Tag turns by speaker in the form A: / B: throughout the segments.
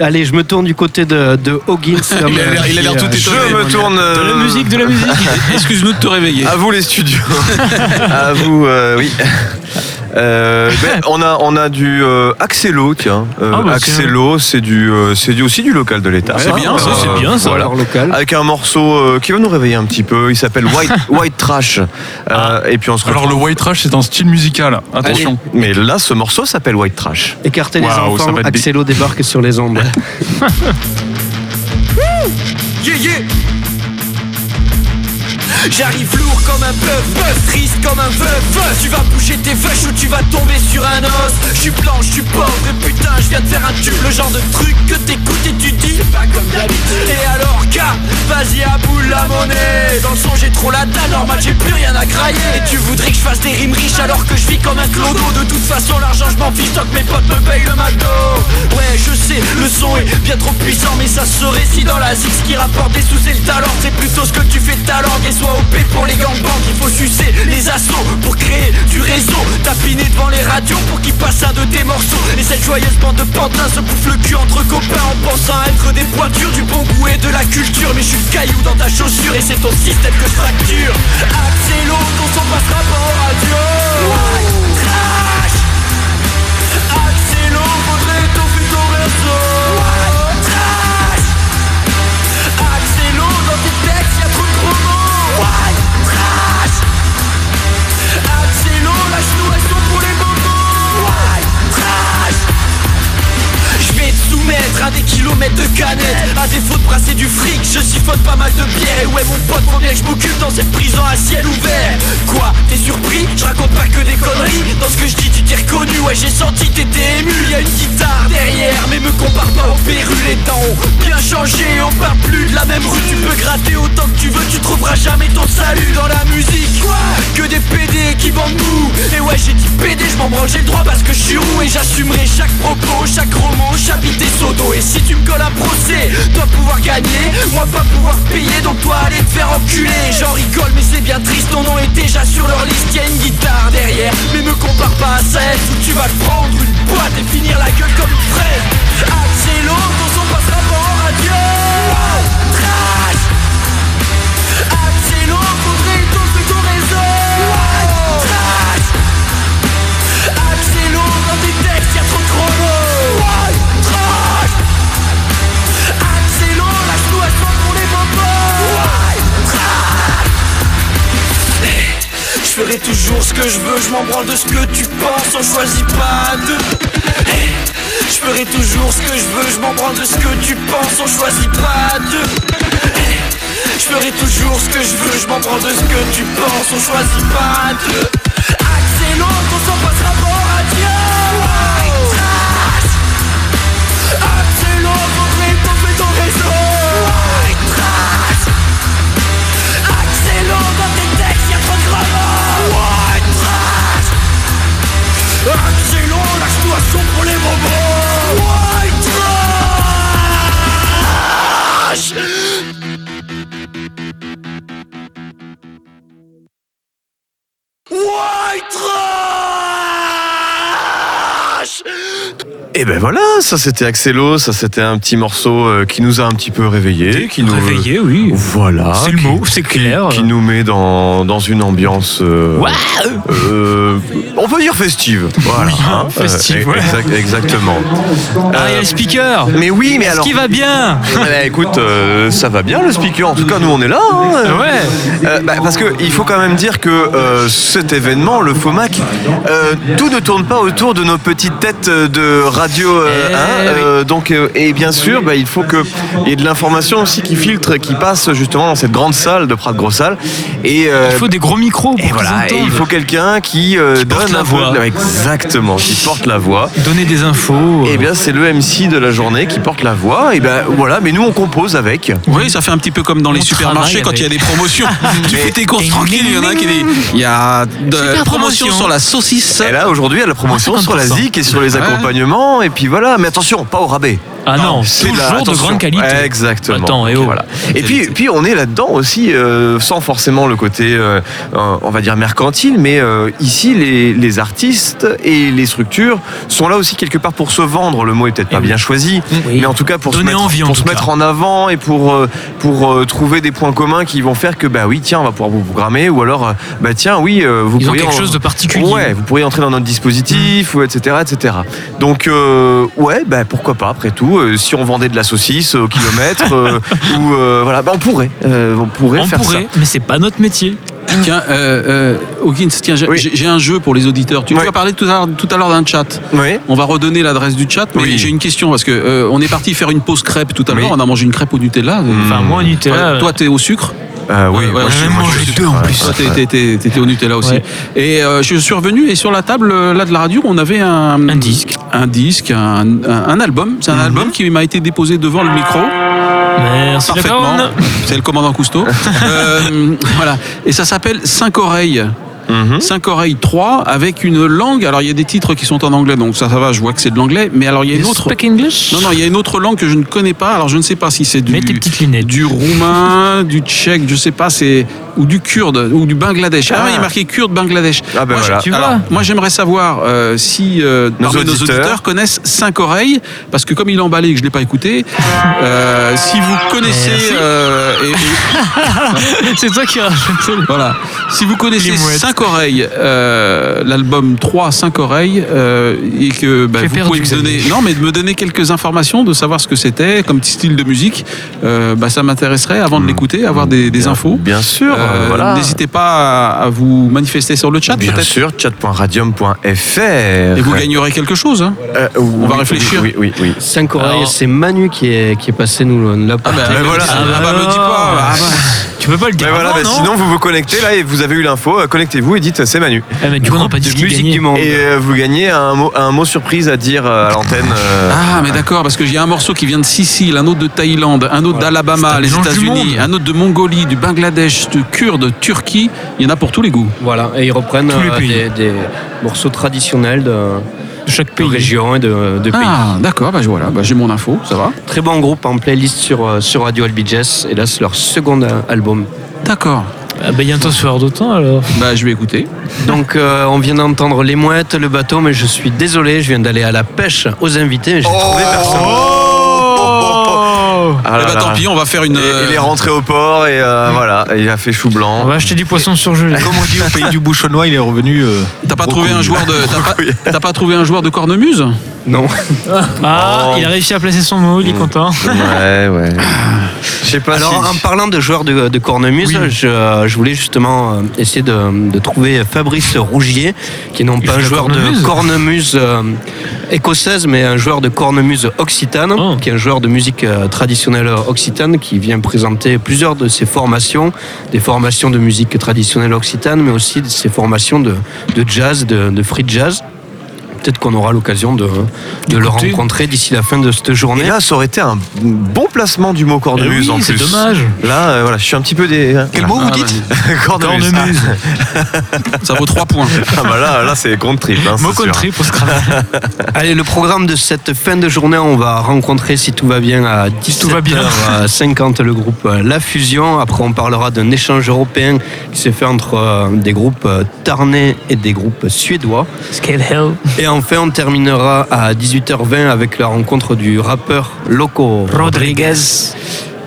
A: Allez, je me tourne du côté de, de Hoggins. euh,
B: Il a l'air- il a l'air tout
C: Je
B: étonné.
C: me tourne.
B: De
C: euh,
B: la musique, de la musique. Excuse-nous de te réveiller.
D: Ah
C: À vous les studios. à vous, euh, oui. Euh, ben, on a on a du euh, Axelo tiens Euh,
B: Ah, bah,
C: Axelo c'est du euh, c'est du aussi du local de l'État
B: C'est bien, ça, c'est bien, ça.
C: voilà.
A: local.
C: avec un morceau euh, qui va nous réveiller un petit peu il s'appelle White White Trash Euh, et puis on se
E: Alors
C: retrouve
E: le white trash c'est un style musical, attention.
C: mais là ce morceau s'appelle White Trash
A: Écartez Ah, les
E: Waouh, ça
A: enfants,
E: va être
A: Axelo débarque sur les ondes.
F: Yeah, yeah. J'arrive lourd comme un bœuf, bœuf triste comme un veuf Tu vas bouger tes vaches ou tu vas tomber sur un os Je suis blanc, je suis pauvre et putain je viens de faire un tube Le genre de truc que t'écoutes et tu dis C'est pas comme d'habitude Et alors gars, vas-y à bout la monnaie Dans le son j'ai trop la dalle, normal j'ai plus rien à crailler Et tu voudrais que je fasse des rimes riches alors que je vis comme un clodo De toute façon l'argent je m'en fiche tant que mes potes me payent le McDo Ouais je sais, le son est bien trop puissant Mais ça se récit dans la zig ce qui rapporte des sous c'est le talent C'est plutôt ce que tu fais de ta langue Et sois OP pour les gangbangs Il faut sucer les assauts pour créer du réseau Tapiner devant les radios pour qu'ils passent un de tes morceaux Et cette joyeuse bande de pantins se bouffe le cul entre copains En pensant être des pointures du bon goût et de la culture Mais je suis le caillou dans ta chaussure et c'est ton système que je fracture Axélo, ton son passera pas en radio Trash Axélo, faudrait étoffer ton réseau Trash Axélo dans tes textes, y'a trop de gros mots White trash Axélo, lâche-nous, elles sont pour les bobos White trash je vais te soumettre à des kilomètres de canettes À défaut de brasser du fric, je siphonne pas mal de bière Et ouais mon pote, faut bien que je m'occupe dans cette prison à ciel ouvert Quoi, t'es surpris Je raconte pas que des conneries Dans ce que je dis, tu t'es reconnu, ouais j'ai senti que t'étais ému Y'a une guitare derrière, mais me compare pas au Péru Les temps ont bien changé, on part plus de la même rue Tu peux gratter autant que tu veux, tu trouveras jamais ton salut dans la musique Que des PD qui vendent mou Et ouais j'ai dit PD, je m'en branle, j'ai le droit parce que je suis roux Et j'assumerai chaque propos, chaque roman, j'habite des sodos Et si tu me colles un procès, dois pouvoir gagner Moi pas pouvoir payer, donc toi aller te faire enculer J'en rigole mais c'est bien triste, ton nom est déjà sur leur liste Y'a une guitare derrière, mais me compare pas à celle Où tu vas te prendre une boîte et finir la gueule comme une fraise Axélo, ton son passera pas en radio Trash Axélo, faudrait étoffer ton réseau Trash Axélo, dans tes textes, y'a trop de gros mots Trash Axélo, lâche-nous, elles sont pour les bobos Trash je ferai toujours ce que je veux, je m'en branle de ce que tu penses, on choisit pas de. Hey, Je ferai toujours ce que je veux, je m'en branle de ce que tu penses, on choisit pas de. Hey, Je ferai toujours ce que je veux, je m'en branle de ce que tu penses, on choisit pas de. Axélo, on s'en passera pour radio. Trash. Axélo, faudrait tomber ton réseau. Trash. Axélo dans tes textes, y'a trop de gravats White trash Axélo, lâche-nous à son pour les bobos White trash White trash
C: et ben voilà ça c'était Axelo ça c'était un petit morceau euh, qui nous a un petit peu réveillés qui nous euh,
B: Réveillé, oui.
C: Voilà.
B: C'est le
C: qui-
B: mot, c'est
C: qui-
B: clair.
C: Qui nous met dans, dans une ambiance. euh, euh, on peut dire festive. Voilà. hein.
B: festive, Ah,
C: Euh,
B: voilà.
C: exact- exactement.
D: Euh,
C: Euh,
B: Ariel Speaker
C: Mais oui, mais
B: Ce
C: alors.
B: qui va bien
C: Bah, écoute, euh, ça va bien le speaker. En tout cas, nous on est là. hein.
B: Ouais.
C: Euh, bah, parce que il faut quand même dire que euh, cet événement, le FOMAC, euh, tout ne tourne pas autour de nos petites têtes euh, de radio. euh,
B: Eh
C: hein,
B: oui.
C: euh, donc, euh, et bien sûr, bah, il faut que il y ait de l'information aussi qui filtre, et qui passe justement dans cette grande salle de Prat Grossal. Et euh,
B: Il faut des gros micros pour
C: et voilà,
B: qu'ils
C: et il
B: entendent.
C: faut quelqu'un qui, euh,
B: Qui porte
C: donne
B: la
C: un peu
B: voix.
C: de- exactement, qui porte la voix.
B: euh, Donner des infos.
C: Et bien, c'est le MC de la journée qui porte la voix. Et ben voilà, mais nous on compose avec.
D: Oui, ça fait un petit peu comme dans les
B: Euh, On
D: supermarchés quand
B: travaille
D: il y a
B: avec.
D: des promotions. tu fais tes courses tranquille, il y en a qui dit il y a de
B: Super
D: promotion
B: promotion.
D: sur la saucisse.
C: Et là aujourd'hui, à la promotion sur la
B: 50%.
C: ZIC et sur les accompagnements ans, et puis voilà. Mais attention, pas au rabais.
B: Ah non,
C: C'est
B: toujours de
C: attention.
B: grande qualité.
C: Exactement.
B: Attends, eh oh.
C: Voilà. Et puis,
D: Qualité.
C: puis on est là-dedans aussi, euh, sans forcément le côté, euh, euh, on va dire, mercantile, mais euh, ici, les, les artistes et les structures sont là aussi quelque part pour se vendre. Le mot est peut-être pas
B: Eh oui.
C: bien choisi,
B: Oui.
C: mais en tout cas pour se
B: Donner
C: mettre,
B: envie, en
C: pour se
B: tout
C: mettre
B: cas.
C: en avant et pour, euh, pour euh, trouver des points communs qui vont faire que, bah oui, tiens, on va pouvoir vous programmer, ou alors, euh, bah tiens, oui, euh, vous
B: Ils ont
C: pourriez
B: quelque
C: en-
B: chose de particulier.
C: Ouais, vous pourriez entrer dans notre dispositif, ou etc., etc. Donc, euh, ouais, bah, pourquoi pas, après tout, euh, si on vendait de la saucisse au kilomètre, euh, ou euh, voilà, bah, on pourrait, euh, on pourrait
B: On
C: faire
B: pourrait,
C: ça.
B: mais c'est pas notre métier.
D: Tiens, euh, euh, Hawkins, tiens, j'ai
C: Oui.
D: j'ai- j'ai un jeu pour les auditeurs. Tu, tu
C: Ouais.
D: as parlé tout à l'heure- tout à l'heure d'un chat.
C: Oui.
D: On va redonner l'adresse du chat, mais
C: Oui.
D: j'ai une question parce que euh, on est parti faire une pause crêpe tout à l'heure.
C: Oui.
D: On a mangé une crêpe au Nutella.
B: Enfin, moi, Nutella.
D: Toi,
B: euh,
D: toi, t'es au sucre.
C: Euh, oui,
D: Ouais,
C: moi,
D: ouais,
C: je
D: on
C: suis-
D: a
C: moi,
D: mangé
C: je
D: les
C: suis-
D: deux,
C: ouais.
D: Toi, t'es- t'es- t'es- t'étais au Nutella aussi.
B: Ouais.
D: Et euh, je suis revenu et sur la table euh, là de la radio, on avait un,
B: Un disque.
D: un disque, un, un- un album. C'est un album qui m'a été déposé devant le micro
B: euh, Merci la
D: parfaitement.
B: corne.
D: C'est le commandant Cousteau. Euh, voilà. Et ça s'appelle Cinq oreilles.
C: Mhm.
D: 5 oreilles 3 avec une langue. Alors il y a des titres qui sont en anglais, donc ça, ça va, je vois que c'est de l'anglais. Mais alors il y a une
B: You
D: autre.
B: speak English
D: Non, non, il y a une autre langue que je ne connais pas. Alors je ne sais pas si c'est du.
B: Mets tes petites lunettes.
D: Du roumain, du tchèque, je sais pas, c'est. Ou du kurde, ou du Bangladesh. Ah,
C: Ah.
D: oui, il est marqué kurde Bangladesh.
C: Ah, ben
D: moi, je-
C: voilà.
B: tu vois.
D: alors, moi j'aimerais savoir euh, si euh,
C: Nos
D: parmi nos, auditeurs.
C: auditeurs
D: connaissent 5 oreilles, parce que comme il est emballé et que je ne l'ai pas écouté, euh, si vous connaissez. euh, et- et-
B: C'est toi qui as rajouté le-
D: voilà. Si vous connaissez
B: Les mouettes.
D: 5 oreilles, euh, l'album 3 5 oreilles, euh, et que bah,
B: J'ai
D: vous pouvez
B: perdu,
D: me donner,
B: Xavier.
D: non, mais de me donner quelques informations, de savoir ce que c'était comme petit style de musique, euh, bah, ça m'intéresserait avant de l'écouter, avoir des, des
C: Hmm. Bien-
D: infos.
C: Bien sûr,
D: Euh,
C: voilà.
D: N'hésitez pas à, à vous manifester sur le chat,
C: Bien
D: peut-être.
C: sûr, chat.radium.fr.
D: Et vous gagnerez quelque chose. hein.
C: on
D: va réfléchir.
C: Euh, Oui, oui, oui.
A: 5 oreilles,
B: Alors- ben,
A: c'est Manu qui est, qui est passé nous là.
D: Ah bah,
C: ben voilà.
D: ah bah, me dis pas. ah bah.
B: Tu peux pas le dire.
C: Mais voilà,
B: avant,
C: bah,
B: non
C: sinon vous vous connectez là et vous avez eu l'info, euh, connectez-vous et dites euh, c'est Manu.
B: Ah, mais du coup, on n'a pas dit ce
A: de
B: qu'il
A: musique
B: gagnait.
A: du monde.
C: Et euh, vous gagnez un mot, un mot surprise à dire euh, à l'antenne. euh,
D: Ah, mais d'accord, parce qu'il y a un morceau qui vient de Sicile, un autre de Thaïlande, un autre
B: C'est
D: d'Alabama,
B: un
D: les
B: mélange du
D: États-Unis,
B: monde.
D: un autre de Mongolie, du Bangladesh, de Kurde, Turquie. Il y en a pour tous les goûts.
A: Voilà, et ils reprennent
B: Tous les
A: euh,
B: pays.
A: des, des morceaux traditionnels de,
B: De chaque
A: de
B: pays.
A: régions et de, de pays.
D: Ah, d'accord, bah, je- voilà, bah, j'ai mon info, ça va.
A: Très bon groupe en playlist sur, euh, sur Radio Albiges, et là c'est leur second euh, album.
D: D'accord,
B: Ah, bah, bientôt ce soir d'automne alors.
D: bah, je vais écouter.
A: Donc euh, on vient d'entendre les mouettes, le bateau, mais je suis désolé, je viens d'aller à la pêche aux invités, mais j'ai
B: Oh.
A: trouvé personne.
C: ah
D: Eh
C: là
D: bah,
C: là.
D: tant pis, on va faire une.
C: Et-
D: euh,
C: Il est rentré au port et euh, voilà, et il a fait chou
B: On
C: blanc.
B: va acheter du poisson surgelé.
E: Comme on dit au pays du bouchonnois, il est revenu. euh,
D: T'as pas trouvé
E: reconnu.
D: un joueur de. T'as pas, t'as pas trouvé un joueur de cornemuse
A: Non.
B: Ah,
C: Oh.
B: il a réussi à placer son mot, il est content.
C: Ouais, ouais. Je sais pas
A: Alors en
C: si.
A: parlant de joueurs de, de cornemuse, je, euh, je voulais justement euh, essayer de, de trouver Fabrice Rougier, qui est non
B: Il
A: pas
B: fait
A: un
B: la
A: joueur
B: cornemuse
A: de cornemuse euh, écossaise, mais un joueur de cornemuse occitane,
B: Oh.
A: qui est un joueur de musique euh, traditionnelle occitane, qui vient présenter plusieurs de ses formations, des formations de musique traditionnelle occitane, mais aussi de ses formations de, de jazz, de, de free jazz. Peut-être qu'on aura l'occasion de, de le
B: D'écouter.
A: rencontrer d'ici la fin de cette
C: Et
A: journée.
C: là, ça aurait été un bon placement du mot cornemuse
B: Eh oui,
C: en
B: c'est
C: plus.
B: dommage.
C: Là, euh, voilà, je suis un petit peu des.
D: Quel mot vous
A: Ah,
D: dites
C: Cornemuse.
B: Cornemuse.
D: Ah, bah, Ça vaut 3 points.
C: Ah bah là, là c'est compte trip. Hein,
B: Mot
C: c'est sûr.
B: contré pour Scrabble.
A: Allez, le programme de cette fin de journée, on va rencontrer, si tout va bien, à
B: tout va bien.
A: 17h50 le groupe euh, La Fusion. Après, on parlera d'un échange européen qui s'est fait entre euh, des groupes euh, tarnais et des groupes suédois.
B: Scalehill.
A: Et enfin, on terminera à 18h20 avec la rencontre du rappeur Loco
B: Rodriguez.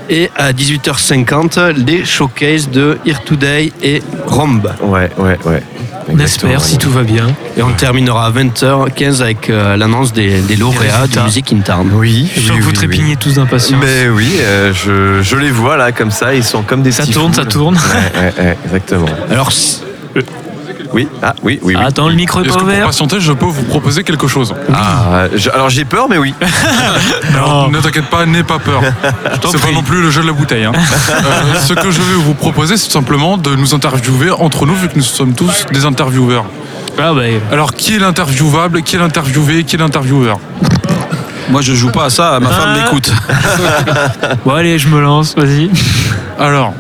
A: Et à 18h50, les showcases de Here Today et Romb.
C: Ouais, ouais, ouais.
B: On espère si tout va bien.
A: Et on terminera à 20h15 avec euh, l'annonce des, des lauréats de
B: résultats.
A: Musique in Tarn.
C: Oui,
B: Je sens que vous trépignez tous d'impatience.
C: Mais oui, euh, je, je les vois là comme ça, ils sont comme des
B: Ça
C: petits
B: tourne,
C: fous,
B: ça
C: là.
B: tourne.
C: Ouais, ouais, ouais, exactement.
A: Alors, si-
C: Oui, ah oui, oui, oui.
B: Attends, le micro est
E: Est-ce
B: pas
E: que pour
B: ouvert.
E: patienter, je peux vous proposer quelque chose
C: Ah, je- alors j'ai peur, mais oui.
E: Alors, ne t'inquiète pas, n'aie pas peur. Oh. C'est pas non plus le jeu de la bouteille. hein. Euh, ce que je vais vous proposer, c'est tout simplement de nous interviewer entre nous, vu que nous sommes tous des intervieweurs.
B: Ah, bah,
E: Alors, qui est l'interviewable, qui est l'interviewé, qui est l'intervieweur Hein
D: Moi, je joue pas à ça, ma femme m'écoute.
B: bon, allez, je me lance, vas-y.
E: Alors,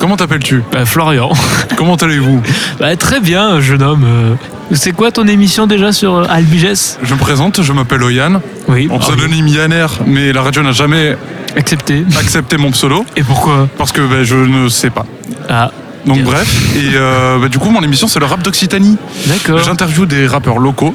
E: Comment t'appelles-tu
B: Bah, Florian.
E: Comment allez-vous
B: Bah, très bien, jeune homme. Euh, C'est quoi ton émission déjà sur euh, Albiges
E: Je me présente, je m'appelle Oyan.
B: Oui,
D: Ah
E: Mon
B: pardon.
E: pseudonyme Yanner, mais la radio n'a jamais
B: accepté.
E: accepté mon pseudo
B: Et pourquoi
E: parce que ben, je ne sais pas.
B: Ah,
E: Donc
B: Bien.
E: bref, et euh, ben, du coup mon émission c'est le rap d'Occitanie.
D: Ah.
B: d'accord.
E: J'interviewe des rappeurs locaux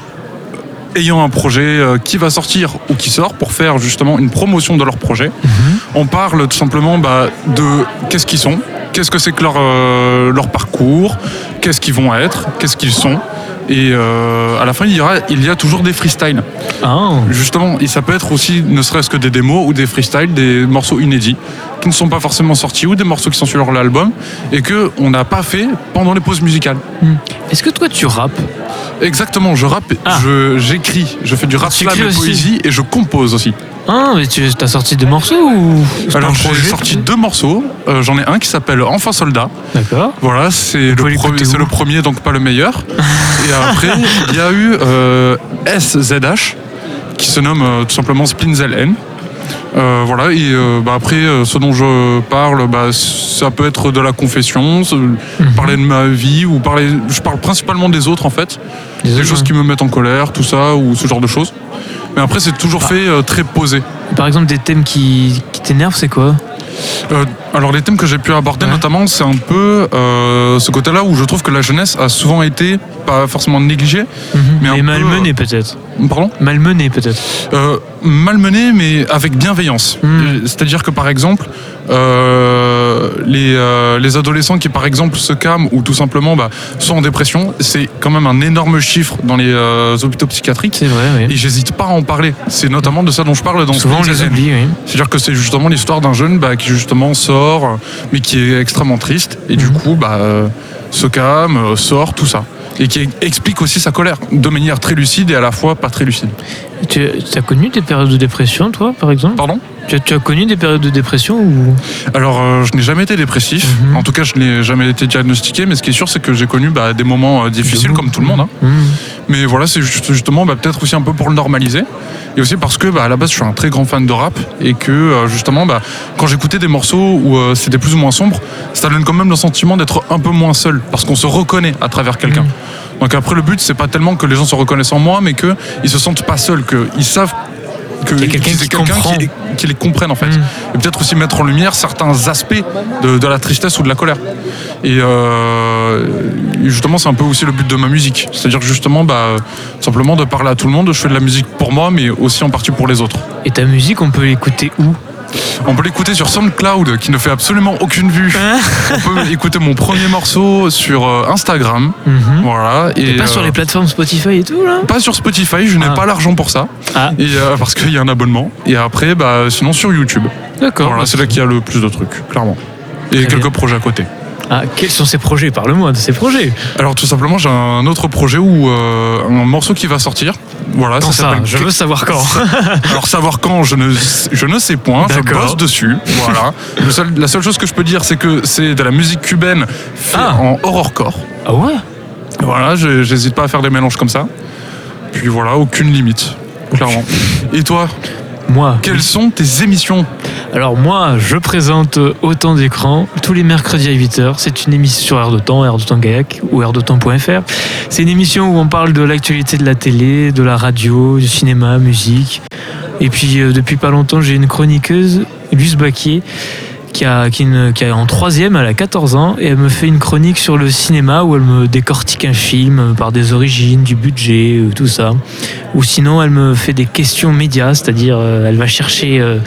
E: ayant un projet euh, qui va sortir ou qui sort pour faire justement une promotion de leur projet.
B: Mhm.
E: On parle tout simplement bah, de qu'est-ce qu'ils sont, qu'est-ce que c'est que leur, euh, leur parcours, qu'est-ce qu'ils vont être, qu'est-ce qu'ils sont. Et euh, à la fin, il y, aura, il y a toujours des freestyles.
B: Ah,
E: Justement, et ça peut être aussi ne serait-ce que des démos ou des freestyles, des morceaux inédits qui ne sont pas forcément sortis ou des morceaux qui sont sur leur album et que on n'a pas fait pendant les pauses musicales.
B: Est-ce que toi tu rappes
E: Exactement, je rappe,
B: Ah.
E: je- j'écris, je fais du rap
B: Tu
E: slam
B: écris
E: et
B: aussi
E: poésie et je compose aussi.
B: Ah, mais tu as sorti des morceaux ou c'est
E: Alors
B: un
E: j'ai
B: projet
E: sorti deux morceaux, Euh, j'en ai un qui s'appelle Enfant soldat.
B: D'accord.
E: Voilà, c'est le,
B: pouvez l'écouter
E: premier- c'est
B: où
E: le premier, donc pas le meilleur. et après, il y a eu euh, SZH, qui se nomme euh, tout simplement Spinzel N. Euh, voilà, et euh, bah, après, euh, ce dont je parle, bah, ça peut être de la confession, ce-
B: Mhm.
E: parler de ma vie, ou parler. Je parle principalement des autres en fait,
B: Des
E: des,
B: autres,
E: choses
B: ouais.
E: qui me mettent en colère, tout ça, ou ce genre de choses. Mais après, c'est toujours
B: Ah.
E: fait euh, très posé.
B: Par exemple, des thèmes qui, qui t'énervent, c'est quoi
E: Euh, alors les thèmes que j'ai pu aborder
B: Ouais.
E: notamment c'est un peu euh, ce côté là où je trouve que la jeunesse a souvent été pas forcément négligée Mhm. Mais un
B: Mais
E: peu, euh,
B: malmené peut-être.
E: pardon
B: Malmené peut-être.
E: euh, malmenée mais avec bienveillance
B: Mhm.
E: c'est à dire que par exemple euh, les, euh, les adolescents qui par exemple se calment ou tout simplement bah, sont en dépression c'est quand même un énorme chiffre dans les euh, hôpitaux psychiatriques
B: C'est vrai,
E: et
B: oui.
E: j'hésite pas à en parler c'est notamment de ça dont je parle dans
B: Souvent on
E: Splinter
B: les
E: Cell.
B: oublie, oui.
E: C'est-à-dire que c'est justement l'histoire d'un jeune bah, qui justement sort, euh, mais qui est extrêmement triste, et du coup bah, euh, se calme, euh, sort, tout ça. Et qui explique aussi sa colère, de manière très lucide et à la fois pas très lucide.
B: Tu as connu des périodes de dépression, toi, par exemple
E: Pardon
B: tu as, tu as connu des périodes de dépression ou
E: Alors, euh, je n'ai jamais été dépressif,
B: Mhm.
E: en tout cas, je n'ai jamais été diagnostiqué, mais ce qui est sûr, c'est que j'ai connu bah, des moments euh, difficiles,
B: Des
E: comme tout le monde. hein.
B: Hmm.
E: Mais voilà, c'est juste- justement bah, peut-être aussi un peu pour le normaliser. Et aussi parce que bah, à la base, je suis un très grand fan de rap et que euh, justement, bah, quand j'écoutais des morceaux où euh, c'était plus ou moins sombre, ça donne quand même le sentiment d'être un peu moins seul parce qu'on se reconnaît à travers quelqu'un. Donc après, le but, c'est pas tellement que les gens se reconnaissent en moi, mais qu'ils se sentent pas seuls, qu'ils savent que
B: Qu'il y a quelqu'un
E: qu'ils aient
B: qui comprend.
E: qui, qui les comprenne en fait.
B: Mm.
E: Et peut-être aussi mettre en lumière certains aspects de, de la tristesse ou de la colère. Et euh, justement, c'est un peu aussi le but de ma musique. C'est-à-dire justement, bah, simplement de parler à tout le monde. Je fais de la musique pour moi, mais aussi en partie pour les autres.
B: Et ta musique, on peut l'écouter où
E: On peut l'écouter sur SoundCloud, qui ne fait absolument aucune vue.
B: Ah.
E: On peut écouter mon premier morceau sur euh, Instagram.
B: Mhm.
E: Voilà. Et
B: T'es pas sur
E: euh,
B: les plateformes Spotify et tout, là
E: pas sur Spotify, je n'ai
B: Ah.
E: pas l'argent pour ça,
B: Ah,
E: et euh, parce qu'il y a un abonnement. Et après, bah, sinon sur YouTube.
B: d'accord.
E: Voilà, c'est là qu'il y a le plus de trucs, clairement. Et
B: Très
E: quelques
B: bien.
E: projets à côté.
B: Ah, quels sont ces projets Parle-moi de ces projets.
E: Alors tout simplement, j'ai un autre projet où euh, un morceau qui va sortir. Voilà,
B: Quand ça
E: s'appelle
B: Je veux savoir quand.
E: Alors savoir quand, je ne, je ne sais point. Je
B: D'accord.
E: bosse dessus. Voilà. Le seul- la seule chose que je peux dire, c'est que c'est de la musique cubaine faite
B: Ah.
E: en horrorcore.
B: Ah ouais
E: Voilà, je- j'hésite pas à faire des mélanges comme ça. Puis voilà, aucune limite, clairement. Et toi,
B: Moi.
E: quelles sont tes émissions
B: Alors moi, je présente euh, Autant d'écran tous les mercredis à 8h. C'est une émission sur Air de Temps, Air de Temps Gaillac ou Air de Temps.fr. C'est une émission où on parle de l'actualité de la télé, de la radio, du cinéma, musique. Et puis euh, depuis pas longtemps, j'ai une chroniqueuse, Luce Baquier, qui, a, qui, est une- qui est en troisième, elle a 14 ans, et elle me fait une chronique sur le cinéma où elle me décortique un film euh, par des origines, du budget, euh, tout ça. Ou sinon, elle me fait des questions médias, c'est-à-dire euh, elle va chercher euh,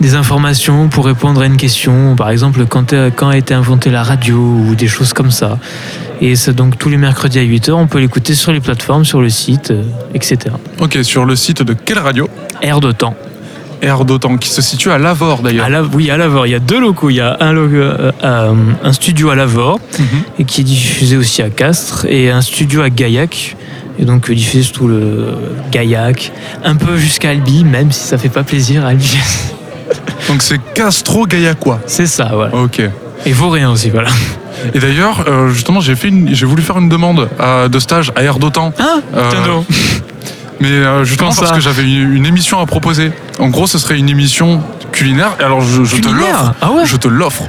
B: des informations pour répondre à une question, par exemple quand, euh, quand a été inventée la radio ou des choses comme ça. Et c'est donc tous les mercredis à 8h, on peut l'écouter sur les plateformes, sur le site, euh, etc.
E: Ok, sur le site de quelle radio
B: Air de temps.
E: Air d'Otan, qui se situe à Lavore d'ailleurs.
B: À la- oui, à l'Avor, il y a deux locaux. Il y a un, lo- euh, euh, un studio à l'Avor et qui est diffusé aussi à Castres et un studio à Gaillac. Et donc euh, diffusé sur tout le Gaillac, un peu jusqu'à Albi, même si ça fait pas plaisir à Albi.
E: Donc c'est Castro Gaillacois.
B: C'est ça, voilà.
E: Ok.
B: Et Vaurien aussi, voilà.
E: Et d'ailleurs, euh, justement, j'ai fait une- j'ai voulu faire une demande à- de stage à Air d'Otan.
B: Ah,
E: Euh,
B: tiens donc.
E: Mais euh, justement
B: Comment
E: parce
B: ça
E: que j'avais une, une émission à proposer. En gros, ce serait une émission culinaire. Et Alors je, je te
B: Culinaire
E: l'offre.
B: Ah ouais
E: Je te l'offre.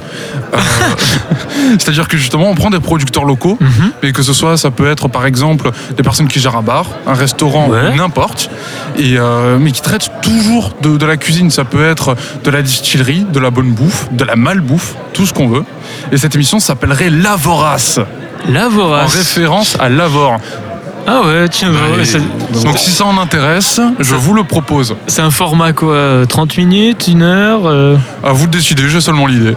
E: Euh, C'est-à-dire que justement, on prend des producteurs locaux,
B: Mhm.
E: et que ce soit, ça peut être par exemple des personnes qui gèrent un bar, un restaurant,
B: Ouais.
E: n'importe, et euh, mais qui traitent toujours de, de la cuisine. Ça peut être de la distillerie, de la bonne bouffe, de la malbouffe, tout ce qu'on veut. Et cette émission s'appellerait La Vorace,
B: La
E: en
B: vorace.
E: référence à l'Avor.
B: Ah ouais, tiens, bah ouais,
E: Et-
B: ça-
E: Donc si ça en intéresse, je vous le propose.
B: c'est un format quoi euh, 30 minutes, une heure euh,
E: À vous de décider, j'ai seulement l'idée.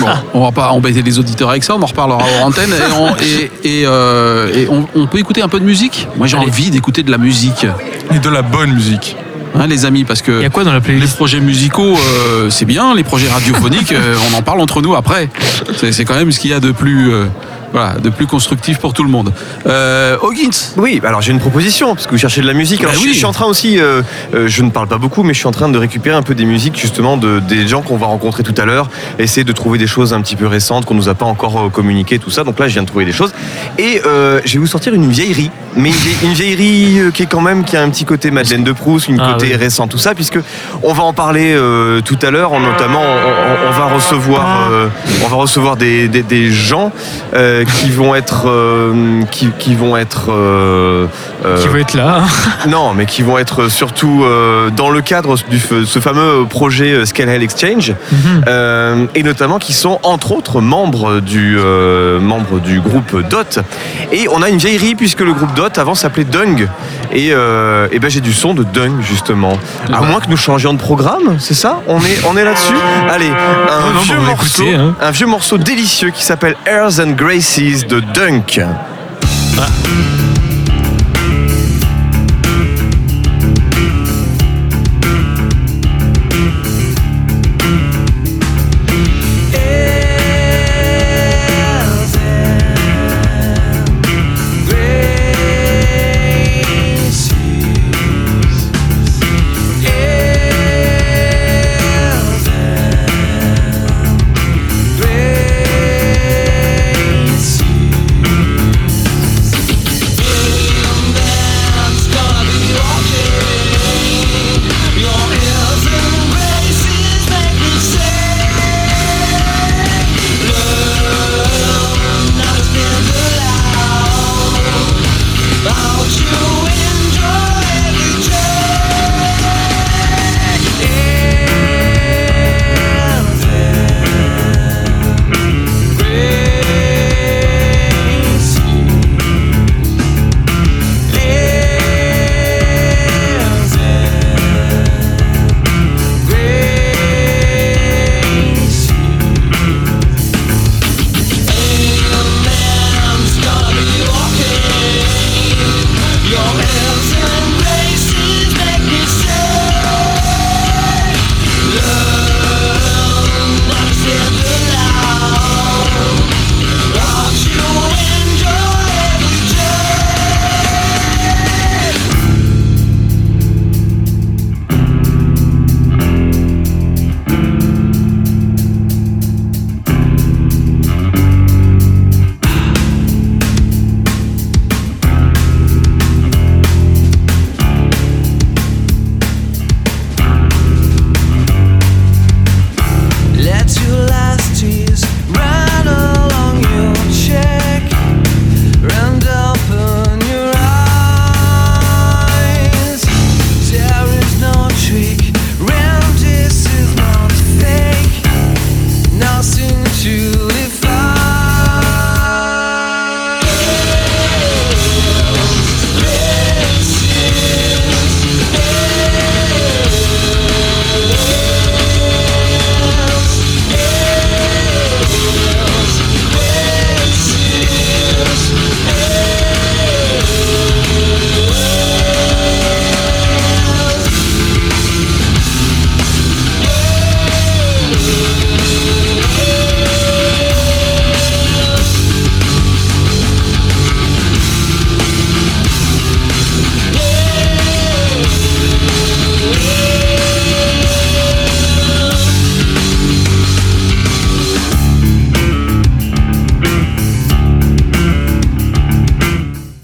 D: Bon, on va pas embêter les auditeurs avec ça, on en reparlera hors antenne. Et, on, et- et, euh, et on, on peut écouter un peu de musique Moi j'ai
B: Allez.
D: envie d'écouter de la musique,
E: Et de la bonne musique.
D: hein, les amis, parce
B: Il y
D: que
B: a quoi dans la
D: les
B: playlist
D: projets musicaux, euh, c'est bien, les projets radiophoniques, euh, on en parle entre nous après. C'est c'est quand même ce qu'il y a de plus, euh, voilà, de plus constructif pour tout le monde. Euh, Hoggins,
C: Oui, bah alors j'ai une proposition, parce que vous cherchez de la musique. Alors
D: Bah
C: je,
D: oui.
C: je suis en train aussi, euh, euh, je ne parle pas beaucoup, mais je suis en train de récupérer un peu des musiques justement de, des gens qu'on va rencontrer tout à l'heure, essayer de trouver des choses un petit peu récentes qu'on nous a pas encore euh, communiquées, tout ça. Donc là, je viens de trouver des choses. Et euh, je vais vous sortir une vieillerie, mais une, vieille- une vieillerie euh, qui est quand même, qui a un petit côté Madeleine de Proust, une
B: Ah,
C: côté
B: oui.
C: récent, tout ça, puisque on va en parler euh, tout à l'heure, en- notamment on, on- on va recevoir, euh, on va recevoir des, des- des gens euh, qui vont être, euh, qui, qui vont être, euh, euh,
B: qui va être là hein.
C: non, mais qui vont être surtout euh, dans le cadre du f- ce fameux projet euh, Scale Hell Exchange,
B: Mhm.
C: euh, et notamment qui sont entre autres membres du euh, membre du groupe Dot. Et on a une vieillerie puisque le groupe Dot avant s'appelait Dung, et, euh, eh ben j'ai du son de Dung justement.
B: Ah
C: À moins que nous changions de programme, c'est ça On est on est là-dessus Allez, un
B: Euh, Non, non,
C: vieux
B: bah, on va
C: morceau,
B: écouter, hein.
C: un vieux morceau délicieux qui s'appelle Airs and Graces de Dunk.
F: Let your last tears run along your cheek and open your eyes. There is no trick, round this is not fake. Nothing to defy.